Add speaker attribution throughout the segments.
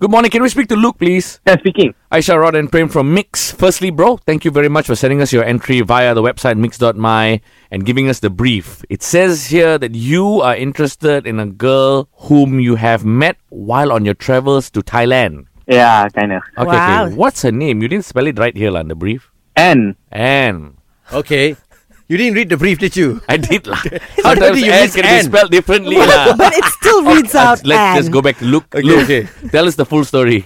Speaker 1: Good morning. Can we speak to Luke, please?
Speaker 2: Yeah, speaking.
Speaker 1: Aisha Rod and Prem from Mix. Firstly, bro, thank you very much for sending us your entry via the website mix.my and giving us the brief. It says here that you are interested in a girl whom you have met while on your travels to Thailand.
Speaker 2: Yeah, kind of.
Speaker 1: Okay,
Speaker 3: Wow.
Speaker 1: okay. What's her name? You didn't spell it right here, lah, in the brief.
Speaker 2: And
Speaker 1: Anne.
Speaker 4: Okay. You didn't read the brief, did you?
Speaker 1: I did lah.
Speaker 4: How did
Speaker 1: Sometimes
Speaker 4: you
Speaker 1: Anne
Speaker 4: miss
Speaker 1: can
Speaker 4: Anne?
Speaker 1: be spelled differently lah.
Speaker 3: But it still reads out.
Speaker 1: Let's
Speaker 3: Anne.
Speaker 1: just go back to Luke.
Speaker 4: Okay,
Speaker 1: Luke,
Speaker 4: okay.
Speaker 1: tell us the full story.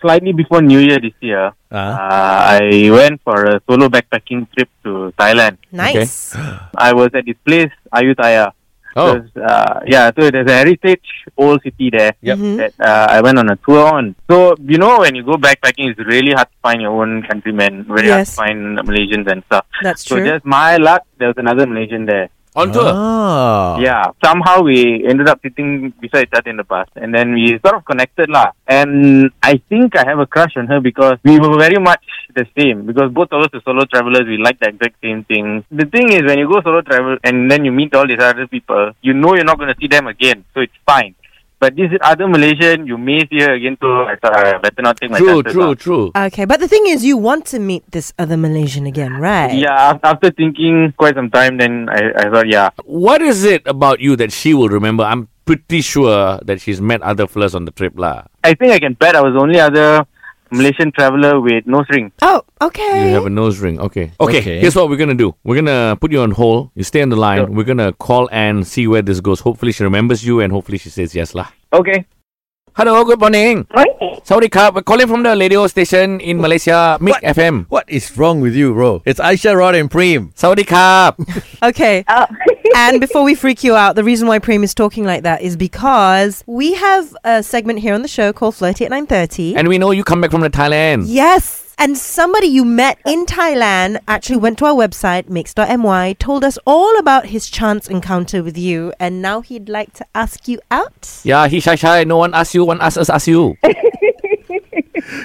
Speaker 2: slightly before New Year this year, uh
Speaker 4: Uh,
Speaker 2: I went for a solo backpacking trip to Thailand.
Speaker 3: Nice.
Speaker 2: I was at this place, Ayutthaya.
Speaker 1: Oh,
Speaker 2: There's, Uh, yeah, so there's a heritage old city there
Speaker 4: Yep.
Speaker 3: Mm-hmm.
Speaker 2: that uh, I went on a tour on. So, you know, when you go backpacking, it's really hard to find your own countrymen, very hard to
Speaker 3: Yes.
Speaker 2: find Malaysians and stuff.
Speaker 3: That's
Speaker 2: So,
Speaker 3: true.
Speaker 2: just my luck, there was another Malaysian there.
Speaker 1: on tour.
Speaker 4: ah.
Speaker 2: Yeah, somehow we ended up sitting beside each other in the bus, and then we sort of connected lah. And I think I have a crush on her because we were very much the same. Because both of us are solo travelers, we like the exact same thing. The thing is, when you go solo travel and then you meet all these other people, you know you're not going to see them again, so it's fine. But this other Malaysian, you may see her again, so I thought I better not take my
Speaker 1: True,
Speaker 2: chances.
Speaker 1: true,
Speaker 2: lah.
Speaker 1: true.
Speaker 3: Okay, but the thing is, you want to meet this other Malaysian again, right?
Speaker 2: Yeah, af- after thinking quite some time, then I, I thought, yeah,
Speaker 1: What is it about you that she will remember? I'm pretty sure that she's met other fellas on the trip, lah.
Speaker 2: I think I can bet I was the only other Malaysian traveler with no string.
Speaker 3: Oh, okay.
Speaker 1: You have a nose ring. Okay. okay.
Speaker 4: Okay.
Speaker 1: Here's what we're gonna do. We're gonna put you on hold. You stay on the line. We're gonna call and see where this goes. Hopefully she remembers you and hopefully she says yes, lah.
Speaker 2: Okay.
Speaker 1: Hello, good morning.
Speaker 5: Morning.
Speaker 1: Sorry, Kap. We're calling from the radio station in Malaysia, Mik
Speaker 4: What?
Speaker 1: FM.
Speaker 4: What is wrong with you, bro? It's Aisha, Rod, and Preem.
Speaker 1: Saudi Kap.
Speaker 3: Okay.
Speaker 5: Oh.
Speaker 3: and before we freak you out, the reason why Prem is talking like that is because we have a segment here on the show called Flirty at 9.30.
Speaker 1: and we know you come back from the Thailand.
Speaker 3: yes. And somebody you met in Thailand actually went to our website, mix.my, told us all about his chance encounter with you, and now he'd like to ask you out.
Speaker 1: Yeah, he shy shy. No one asks you. One asks us, asks you.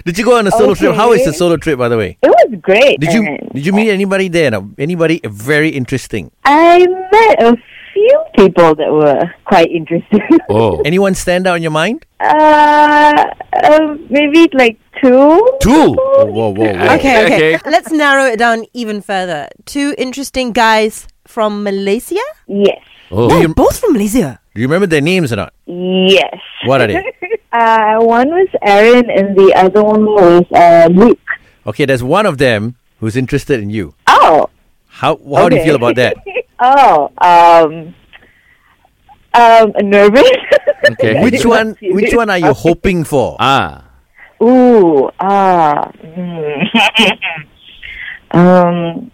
Speaker 4: Did you go on a solo trip? How is the
Speaker 5: Okay.
Speaker 4: solo trip, by the way?
Speaker 5: It was great.
Speaker 4: Did you
Speaker 5: Aaron.
Speaker 4: did you meet anybody there? Now? Anybody very interesting?
Speaker 5: I met a few people that were quite interesting.
Speaker 1: Oh.
Speaker 4: Anyone stand out in your mind?
Speaker 5: uh, uh, maybe like two.
Speaker 1: Two.
Speaker 4: Whoa, whoa, whoa! whoa.
Speaker 3: Okay, okay.
Speaker 1: Okay.
Speaker 3: Let's narrow it down even further. Two interesting guys from Malaysia?
Speaker 5: Yes.
Speaker 1: Oh.
Speaker 4: you-
Speaker 3: both from Malaysia.
Speaker 4: Do you remember their names or not?
Speaker 5: Yes.
Speaker 4: What are they?
Speaker 5: Uh, one was Aaron and the other one was uh, Luke.
Speaker 4: Okay, there's one of them who's interested in you.
Speaker 5: Oh.
Speaker 4: How how do you
Speaker 5: okay.
Speaker 4: feel about that?
Speaker 5: oh. Um. Um. Nervous.
Speaker 1: Okay.
Speaker 4: Which one which one are you hoping for?
Speaker 1: Ah.
Speaker 5: Ooh. Ah. hmm. um.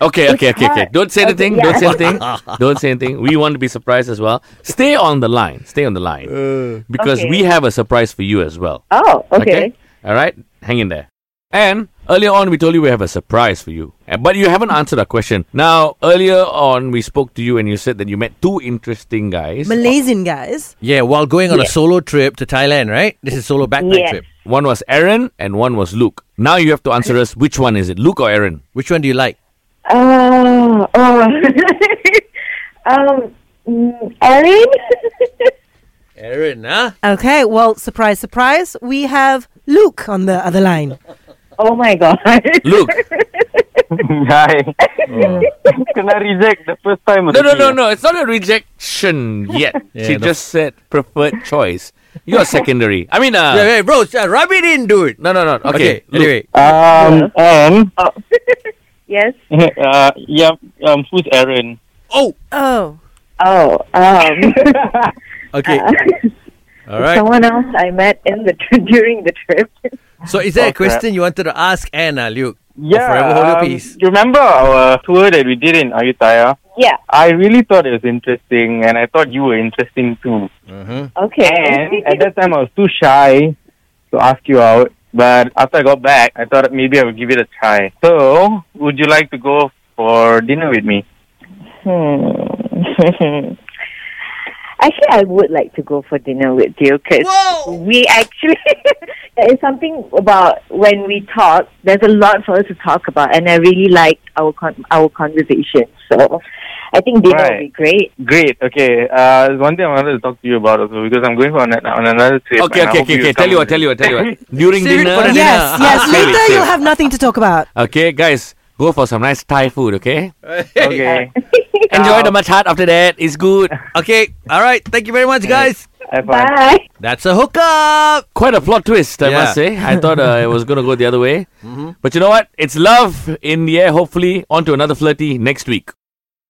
Speaker 1: Okay, okay, okay, okay.
Speaker 5: hard.
Speaker 1: Don't say
Speaker 5: Okay,
Speaker 1: anything.
Speaker 5: yeah.
Speaker 1: Don't say anything. Don't say anything. We want to be surprised as well. Stay on the line. Stay on the line because
Speaker 5: Uh, Okay.
Speaker 1: we have a surprise for you as well.
Speaker 5: Oh. Okay.
Speaker 1: All right. Hang in there. And earlier on, we told you we have a surprise for you, Uh, but you haven't answered our question. Now, earlier on, we spoke to you and you said that you met two interesting guys.
Speaker 3: Malaysian guys.
Speaker 4: Yeah, while going on a solo trip to Thailand, right? This is solo backpack
Speaker 5: Yes.
Speaker 4: trip.
Speaker 1: One was Aaron and one was Luke. Now you have to answer us which one is it, Luke or Aaron?
Speaker 4: Which one do you like?
Speaker 5: Oh, oh. um, mm, Erin?
Speaker 4: Aaron, huh?
Speaker 3: Okay, well, surprise, surprise. We have Luke on the other line.
Speaker 5: oh my god.
Speaker 1: Luke.
Speaker 2: Guy. Can I reject the first time?
Speaker 1: No, no, no, no. It's not a rejection yet.
Speaker 4: Yeah,
Speaker 1: she
Speaker 4: the-
Speaker 1: just said preferred choice. You're secondary. I mean, uh,
Speaker 4: Yeah, hey, bro, uh, rub it in, dude.
Speaker 1: no, no, no. Okay.
Speaker 4: Okay,
Speaker 1: Luke.
Speaker 4: anyway.
Speaker 2: Um, and
Speaker 5: Oh. yes.
Speaker 2: uh, yeah, um, who's Aaron?
Speaker 4: Oh,
Speaker 3: Oh.
Speaker 5: Oh, um,
Speaker 4: okay. All right.
Speaker 5: Uh, someone else I met in the tri- during the trip.
Speaker 4: So, is there a
Speaker 2: Oh, crap.
Speaker 4: question you wanted to ask Anna, Luke? Or
Speaker 2: Yeah.
Speaker 4: Forever hold your
Speaker 2: um,
Speaker 4: peace.
Speaker 2: You remember our tour that we did in Ayutthaya?
Speaker 5: yeah.
Speaker 2: I really thought it was interesting, and I thought you were interesting too.
Speaker 4: Uh-huh.
Speaker 5: Okay.
Speaker 2: And at that time, I was too shy to ask you out. But after I got back, I thought maybe I would give it a try. So, would you like to go for dinner with me?
Speaker 5: Hmm. actually, I would like to go for dinner with you because we actually there is something about when we talk. There's a lot for us to talk about, and I really liked our con- our conversation. So I think dinner
Speaker 2: Right.
Speaker 5: would be great.
Speaker 2: Great. Okay. Uh, there's one thing I wanted to talk to you about also because I'm going for an, on another trip.
Speaker 1: Okay,
Speaker 2: and I
Speaker 1: okay,
Speaker 2: hope
Speaker 1: okay, okay. Tell
Speaker 2: come
Speaker 1: you what,
Speaker 2: with
Speaker 1: tell you
Speaker 2: me.
Speaker 1: what, tell you what. During
Speaker 4: Save it
Speaker 1: dinner.
Speaker 4: for the dinner.
Speaker 3: Yes, yes.
Speaker 1: Ah, save it,
Speaker 3: Later
Speaker 1: save
Speaker 3: you'll
Speaker 1: it.
Speaker 3: have nothing to talk about.
Speaker 1: Okay, guys, go for some nice Thai food, okay?
Speaker 2: okay.
Speaker 1: Enjoy the much after that. It's good.
Speaker 4: Okay, all right. Thank you very much, guys.
Speaker 2: Have fun.
Speaker 5: Bye.
Speaker 4: That's a hookup.
Speaker 1: Quite a plot twist, I
Speaker 4: Yeah. Mm-hmm.
Speaker 1: must say. I thought uh, it was going to go the other way. But you know what? It's love in the air, hopefully. On to another flirty next week.